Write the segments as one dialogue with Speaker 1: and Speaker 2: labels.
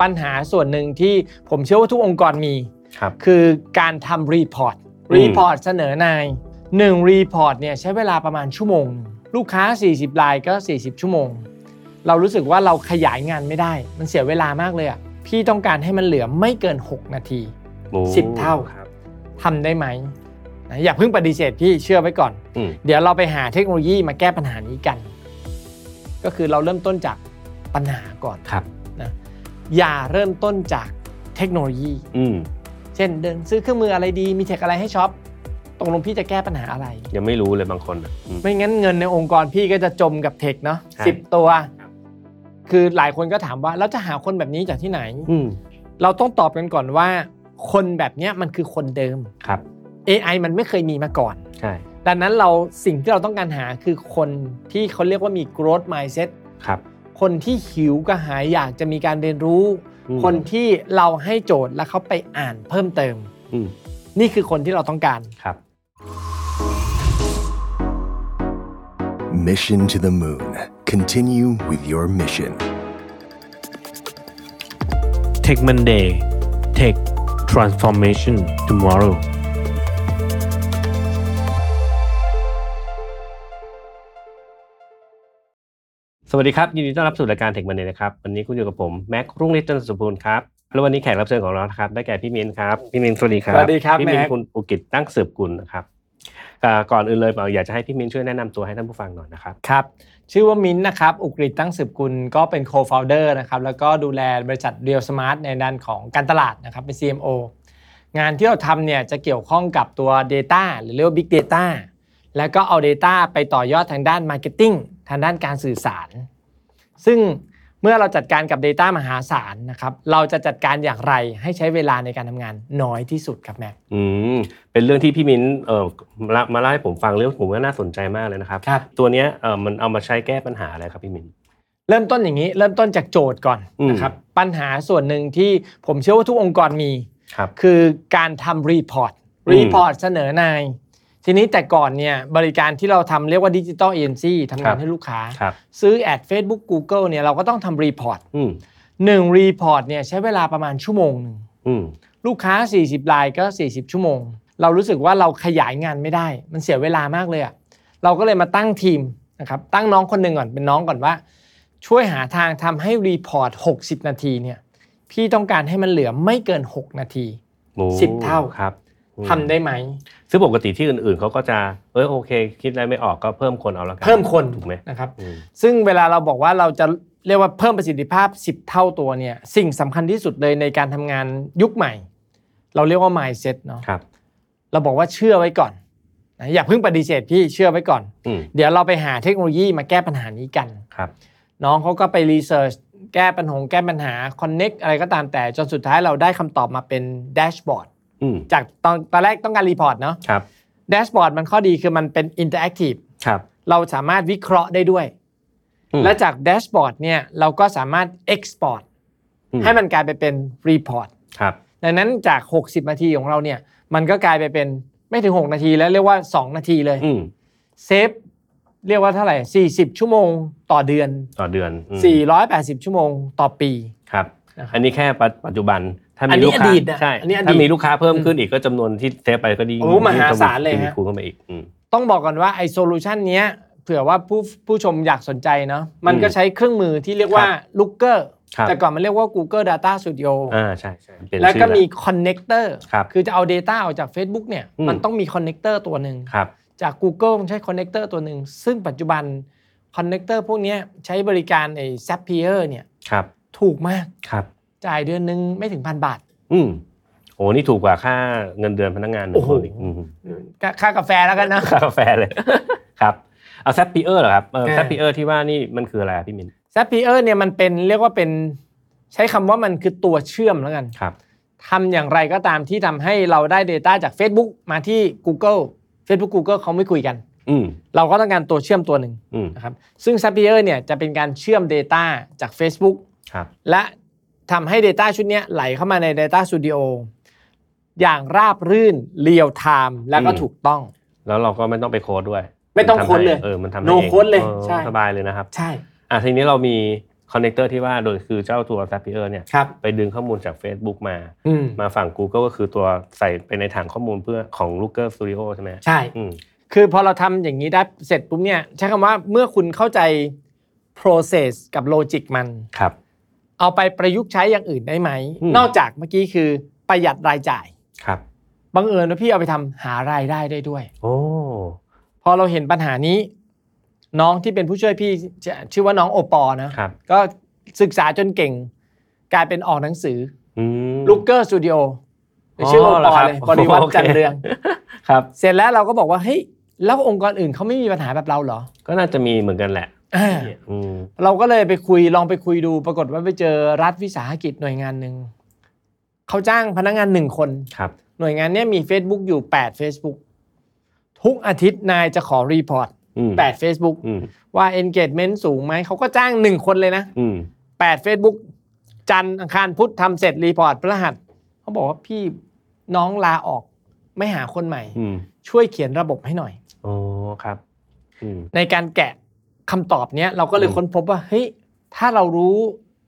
Speaker 1: ปัญหาส่วนหนึ่งที่ผมเชื่อว่าทุกองค์กรมี
Speaker 2: ครับ
Speaker 1: คือการทำรีพอร์ต
Speaker 2: อืม
Speaker 1: รีพอร์ตเสนอนายหนึ่งรีพอร์ตเนี่ยใช้เวลาประมาณชั่วโมงหนึ่งลูกค้า 40รายก็ 40 ชั่วโมง เรารู้สึกว่าเราขยายงานไม่ได้ มันเสียเวลามากเลยอะพี่ต้องการให้มันเหลือไม่เกิน 6 นาที
Speaker 2: โอ้
Speaker 1: สิบเท่า
Speaker 2: ครับ
Speaker 1: ทำได้ไหมนะอย่าเพิ่งปฏิเสธพี่เชื่อไว้ก่อน
Speaker 2: อืม
Speaker 1: เดี๋ยวเราไปหาเทคโนโลยีมาแก้ปัญหานี้กัน ก็คือเราเริ่มต้นจากปัญหาก่อน
Speaker 2: ครับ
Speaker 1: นะอย่าเริ่มต้นจากเทคโนโลยี
Speaker 2: อืม
Speaker 1: เช่นเดินซื้อเครื่องมืออะไรดี มีเทคอะไรให้ช็อปตกลงพี่จะแก้ปัญหาอะไร
Speaker 2: ยังไม่รู้เลยบางคนอ่ะอืม
Speaker 1: ไม่งั้นเงินในองค์กรพี่ก็จะจมกับเทคเนาะ
Speaker 2: ใช่
Speaker 1: สิบตัว
Speaker 2: ครับ
Speaker 1: คือหลายคนก็ถามว่าแล้วจะหาคนแบบนี้จากที่ไหน
Speaker 2: อืม
Speaker 1: เราต้องตอบกันก่อนว่า คนแบบเนี้ยมันคือคนเดิม
Speaker 2: ครับ
Speaker 1: AI มันไม่เคยมีมาก่อน
Speaker 2: ใช่
Speaker 1: ดังนั้นเราสิ่งที่เราต้องการหาคือคนที่เขาเรียกว่ามี growth mindset
Speaker 2: ครับ
Speaker 1: คนที่หิวกระหายอยากจะมีการเรียนรู้
Speaker 2: อืม
Speaker 1: คนที่เราให้โจทย์แล้วเขาไปอ่านเพิ่มเติม
Speaker 2: อืม
Speaker 1: นี่คือคนที่เราต้องการ
Speaker 2: ครับ
Speaker 3: Mission to the Moon. Continue with your mission.
Speaker 2: Take Monday Take Transformation Tomorrow สวัสดีครับ ยินดีต้อนรับสู่รายการ Tech Monday นะครับ วันนี้คุณอยู่กับผม แม็กรุ่งฤทธิ์จันทร์สุบูรณ์ครับ แล้ววันนี้แขกรับเชิญของเรานะครับ ได้แก่พี่มินครับ พี่มินสวัสดีครับ
Speaker 1: สวัสดีครับ
Speaker 2: พี่มิน
Speaker 1: แม็ก
Speaker 2: คุณอุกิจตั้งสืบกุลนะครับอ่าก่อนอื่นเลยเอ่ออยากจะให้พี่มินช่วยแนะนำตัวให้ท่านผู้ฟังหน่อยนะครับ
Speaker 1: ครับ ชื่อว่ามิ้นท์นะครับ อุกฤษตั้งสืบกุลก็เป็น co-founder นะครับ แล้วก็ดูแลบริษัท Real Smart ในด้านของการตลาดนะครับ เป็น CMO งานที่เราทำเนี่ยจะเกี่ยวข้องกับตัว Data หรือเรียกว่า Big Data แล้วก็เอา Data ไปต่อยอดทางด้าน Marketing ทางด้านการสื่อสาร ซึ่งเมื่อเราจัดการกับ Data มหาศาลนะครับ เราจะจัดการอย่างไรให้ใช้เวลาในการทำงานน้อยที่สุดครับแม็ก
Speaker 2: อืมเป็นเรื่องที่พี่มิ้นเออมามาเล่าให้ผมฟังเรื่องผมว่าน่าสนใจมากเลยนะครับ
Speaker 1: ครับ
Speaker 2: ตัวเนี้ยเออมันเอามาใช้แก้ปัญหาอะไรครับพี่มิ้น
Speaker 1: เริ่มต้นอย่างนี้เริ่มต้นจากโจทย์ก่อน
Speaker 2: อืม
Speaker 1: นะครับปัญหาส่วนหนึ่งที่ผมเชื่อว่าทุกองค์กรมี
Speaker 2: ครับ
Speaker 1: คือการทำรีพอร์ต
Speaker 2: อืม
Speaker 1: รีพอร์ตเสนอนาย ทีนี้แต่ก่อนเนี่ยบริการที่เราทำเรียกว่าดิจิ t a ลเอเจนซี่ทำงานให้ลูกค้า
Speaker 2: ครับ
Speaker 1: ซื้อแอด Facebook Google เนี่ยเราก็ต้องทำรีพอร์ต
Speaker 2: อืม
Speaker 1: หนึ่งรีพอร์ตเนี่ยใช้เวลาประมาณชั่วโมงหนึ่ง
Speaker 2: อืม
Speaker 1: ลูกค้า 40รายก็ 40 ชั่วโมง เรารู้สึกว่าเราขยายงานไม่ได้ มันเสียเวลามากเลยอะเราก็เลยมาตั้งทีมนะครับตั้งน้องคนหนึ่งก่อนเป็นน้องก่อนว่า ช่วยหาทางทำให้รีพอร์ต60 นาทีเนี่ยพี่ต้องการให้มันเหลือไม่เกิน 6 นาที
Speaker 2: โอ้
Speaker 1: สิบเท่า
Speaker 2: ครับอืม
Speaker 1: ทำได้ไหม
Speaker 2: ซึ่งปกติที่อื่นๆเขาก็จะเออโอเค คิดอะไรไม่ออกก็เพิ่มคนเอาแล้วกัน
Speaker 1: เพิ่มคน
Speaker 2: ถูกไหม
Speaker 1: นะครับ
Speaker 2: อืม
Speaker 1: ซึ่งเวลาเราบอกว่าเราจะเรียกว่าเพิ่มประสิทธิภาพ 10 เท่าตัวเนี่ยสิ่งสำคัญที่สุดเลยในการทำงานยุคใหม่ เราเรียกว่า mindset เนาะ
Speaker 2: ครับ
Speaker 1: เราบอกว่าเชื่อไว้ก่อนนะอย่าเพิ่งปฏิเสธพี่เชื่อไว้ก่อน
Speaker 2: อืม
Speaker 1: เดี๋ยวเราไปหาเทคโนโลยีมาแก้ปัญหานี้กัน
Speaker 2: ครับ
Speaker 1: น้องเขาก็ไปรีเสิร์ชแก้ปัญหาแก้ปัญหา connect อะไรก็ตามแต่จนสุดท้ายเราได้คำตอบมาเป็นแดชบอร์ด
Speaker 2: อืม
Speaker 1: จากตอนตอนแรกต้องการรีพอร์ตเนาะ
Speaker 2: ครับ
Speaker 1: แดชบอร์ดมันข้อดีคือมันเป็นอินเตอร์แอคทีฟ
Speaker 2: ครับ
Speaker 1: เราสามารถวิเคราะห์ได้ด้วย
Speaker 2: อืม
Speaker 1: และจากแดชบอร์ดเนี่ยเราก็สามารถ Export
Speaker 2: อื
Speaker 1: ให้มันกลายไปเป็นรีพอร์ต
Speaker 2: ครับ
Speaker 1: ดังนั้นจาก 60 นาทีของเราเนี่ยมันก็กลายไปเป็นไม่ถึง 6 นาทีแล้วเรียกว่า 2 นาทีเลย
Speaker 2: อืม
Speaker 1: เซฟเรียกว่าเท่าไหร่ 40 ชั่วโมงต่อเดือน
Speaker 2: ต่อเดือนอืม
Speaker 1: 480 ชั่วโมงต่อปี
Speaker 2: ครับ
Speaker 1: นะครับ
Speaker 2: อันนี้แค่ปัจปัจจุบันถ้า
Speaker 1: อัน
Speaker 2: มี
Speaker 1: นี้
Speaker 2: ลูกค้า
Speaker 1: อดีตนะ
Speaker 2: ใช่
Speaker 1: อันนี้อดีต
Speaker 2: ถ้ามีลูกค้าเพิ่มขึ้นอีกก็จำนวนที่เซฟไปก็ดี
Speaker 1: โอ้มหาศาลเลย
Speaker 2: มี
Speaker 1: ฮะ
Speaker 2: คูณเข้ามาอีกอืม
Speaker 1: ต้องบอกก่อนว่าไอโซลูชันเนี้ยเผื่อว่าผู้ผู้ชมอยากสนใจเนาะมันก็ใช้เครื่องมือที่เรียกว่า Looker
Speaker 2: ครับ
Speaker 1: แต่ก่อนมันเรียกว่า Google Data Studio
Speaker 2: อ่าใช่ใช่เปยน
Speaker 1: แล้ว
Speaker 2: ชื่อ
Speaker 1: ก็มีคอนเน c เตอร์
Speaker 2: ครับ
Speaker 1: คือจะเอา Data ออกจาก Facebook เนี่ย
Speaker 2: อืม
Speaker 1: มันต้องมีคอนเน c เตอร์ตัวหนึ่ง
Speaker 2: ครับ
Speaker 1: จาก Google ใช้คอนเน c เตอร์ตัวหนึ่ง ซึ่งปัจจุบันคอนเน c เตอร์พวกเนี้ยใช้บริการไอ้ Zapier เนี่ย
Speaker 2: ครับ
Speaker 1: ถูกมาก
Speaker 2: ครับ
Speaker 1: จ่ายเดือนหนึ่งไม่ถึงพันบาท
Speaker 2: อืมโอ้นี่ถูกกว่าค่าเงินเดือนพนักงานหนึ่งคนอีก
Speaker 1: โอ้โห
Speaker 2: อืม
Speaker 1: ค่าค่ากาแฟแล้วกันนะ
Speaker 2: ค่ากาแฟ เลย ครับเอาแซปปีเออร์เหรอครับเออ
Speaker 1: เออ
Speaker 2: แซปปีเออร์ที่ว่านี่มันคืออะไรอะพี่มิน
Speaker 1: Zapier เนี่ยมันเป็นเรียกว่าเป็นใช้คำว่ามันคือตัวเชื่อมแล้วกัน
Speaker 2: ครับ
Speaker 1: ทำอย่างไรก็ตามที่ทำให้เราได้ Data จาก Facebook มาที่ Google Facebook Google เขาไม่คุยกัน
Speaker 2: อืม
Speaker 1: เราก็ต้องการตัวเชื่อมตัวหนึ่ง
Speaker 2: อืม
Speaker 1: นะครับซึ่ง Zapier เนี่ยจะเป็นการเชื่อม Data จาก Facebook
Speaker 2: ครับ
Speaker 1: และทำให้ Data ชุดเนี้ยไหลเข้ามาใน Data Studio อย่างราบรื่นเรียลไทม์และก็
Speaker 2: อืม
Speaker 1: ถูกต้อง
Speaker 2: แล้วเราก็ไม่ต้องไปโค้ดด้วย
Speaker 1: ไม่ต้อง
Speaker 2: นทำ
Speaker 1: โค้ดเลย
Speaker 2: ให้เออมันทำให้
Speaker 1: No
Speaker 2: อง
Speaker 1: code เลย
Speaker 2: ออ
Speaker 1: ใช่
Speaker 2: สบายเลยนะครับ
Speaker 1: ใช่
Speaker 2: อ่ะทีนี้เรามี คอนเนคเตอร์ที่ว่าโดยคือเจ้าตัว Zapier เนี่ย
Speaker 1: ครับ
Speaker 2: ไปดึงข้อมูลจาก Facebook มา
Speaker 1: อืม
Speaker 2: มาฝั่ง Google ก็คือตัวใส่ไปในถังข้อมูลเพื่อของ Looker Studio ใช่ไหม
Speaker 1: ใช่
Speaker 2: อืม
Speaker 1: คือพอเราทำอย่างนี้ได้เสร็จปุ๊บเนี่ยใช้คำว่าเมื่อคุณเข้าใจ process กับ logic มัน
Speaker 2: ครับ
Speaker 1: เอาไปประยุกต์ใช้อย่างอื่นได้ไหม
Speaker 2: อืม
Speaker 1: นอกจากเมื่อกี้คือประหยัดรายจ่าย
Speaker 2: ครับ
Speaker 1: บังเอิญว่าพี่เอาไปทำหารายได้ได้ด้วย
Speaker 2: โอ้
Speaker 1: พอเราเห็นปัญหานี้ น้องที่เป็นผู้ช่วยพี่ชื่อชื่อว่าน้องโอปอนะ
Speaker 2: ครับ
Speaker 1: ก็ศึกษาจนเก่ง กลายเป็นออกหนังสือ
Speaker 2: อืม
Speaker 1: ลูกเกอร์สตูดิโอชื่อ
Speaker 2: อ๋
Speaker 1: โอ
Speaker 2: อ
Speaker 1: ปอ
Speaker 2: เหรอครับ
Speaker 1: เลยบริวัตร
Speaker 2: โอเค
Speaker 1: จันเรือง
Speaker 2: ครับ
Speaker 1: เสร็จแล้วเราก็บอกว่าเฮ้ยแล้วองค์กรอื่นเขาไม่มีปัญหาแบบเราเหรอ
Speaker 2: ก็น่าจะมีเหมือนกันแหละ
Speaker 1: อ่า
Speaker 2: อืม
Speaker 1: เราก็เลยไปคุยลองไปคุยดู ปรากฏว่าไปเจอรัฐวิสาหกิจหน่วยงานหนึ่งเขาจ้างพนักงานหนึ่งคน
Speaker 2: ครับ
Speaker 1: หน่วยงานเนี้ยมี Facebook อยู่ 8 Facebook ทุกอาทิตย์นายจะขอรีพอร์ต
Speaker 2: อืม
Speaker 1: 8 Facebook
Speaker 2: อืม
Speaker 1: ว่า engagement สูงไหม เขาก็จ้างหนึ่งคนเลยนะ
Speaker 2: อืม
Speaker 1: 8 Facebook จันทร์อังคารพุธทำเสร็จรีพอร์ตพฤหัสเขาบอกว่าพี่น้องลาออกไม่หาคนใหม่
Speaker 2: อืม
Speaker 1: ช่วยเขียนระบบให้หน่อย
Speaker 2: โอ้ครับ อืม
Speaker 1: ในการแกะคำตอบเนี้ยเราก็เลย
Speaker 2: อืม
Speaker 1: ค้นพบว่าเฮ้ยถ้าเรารู้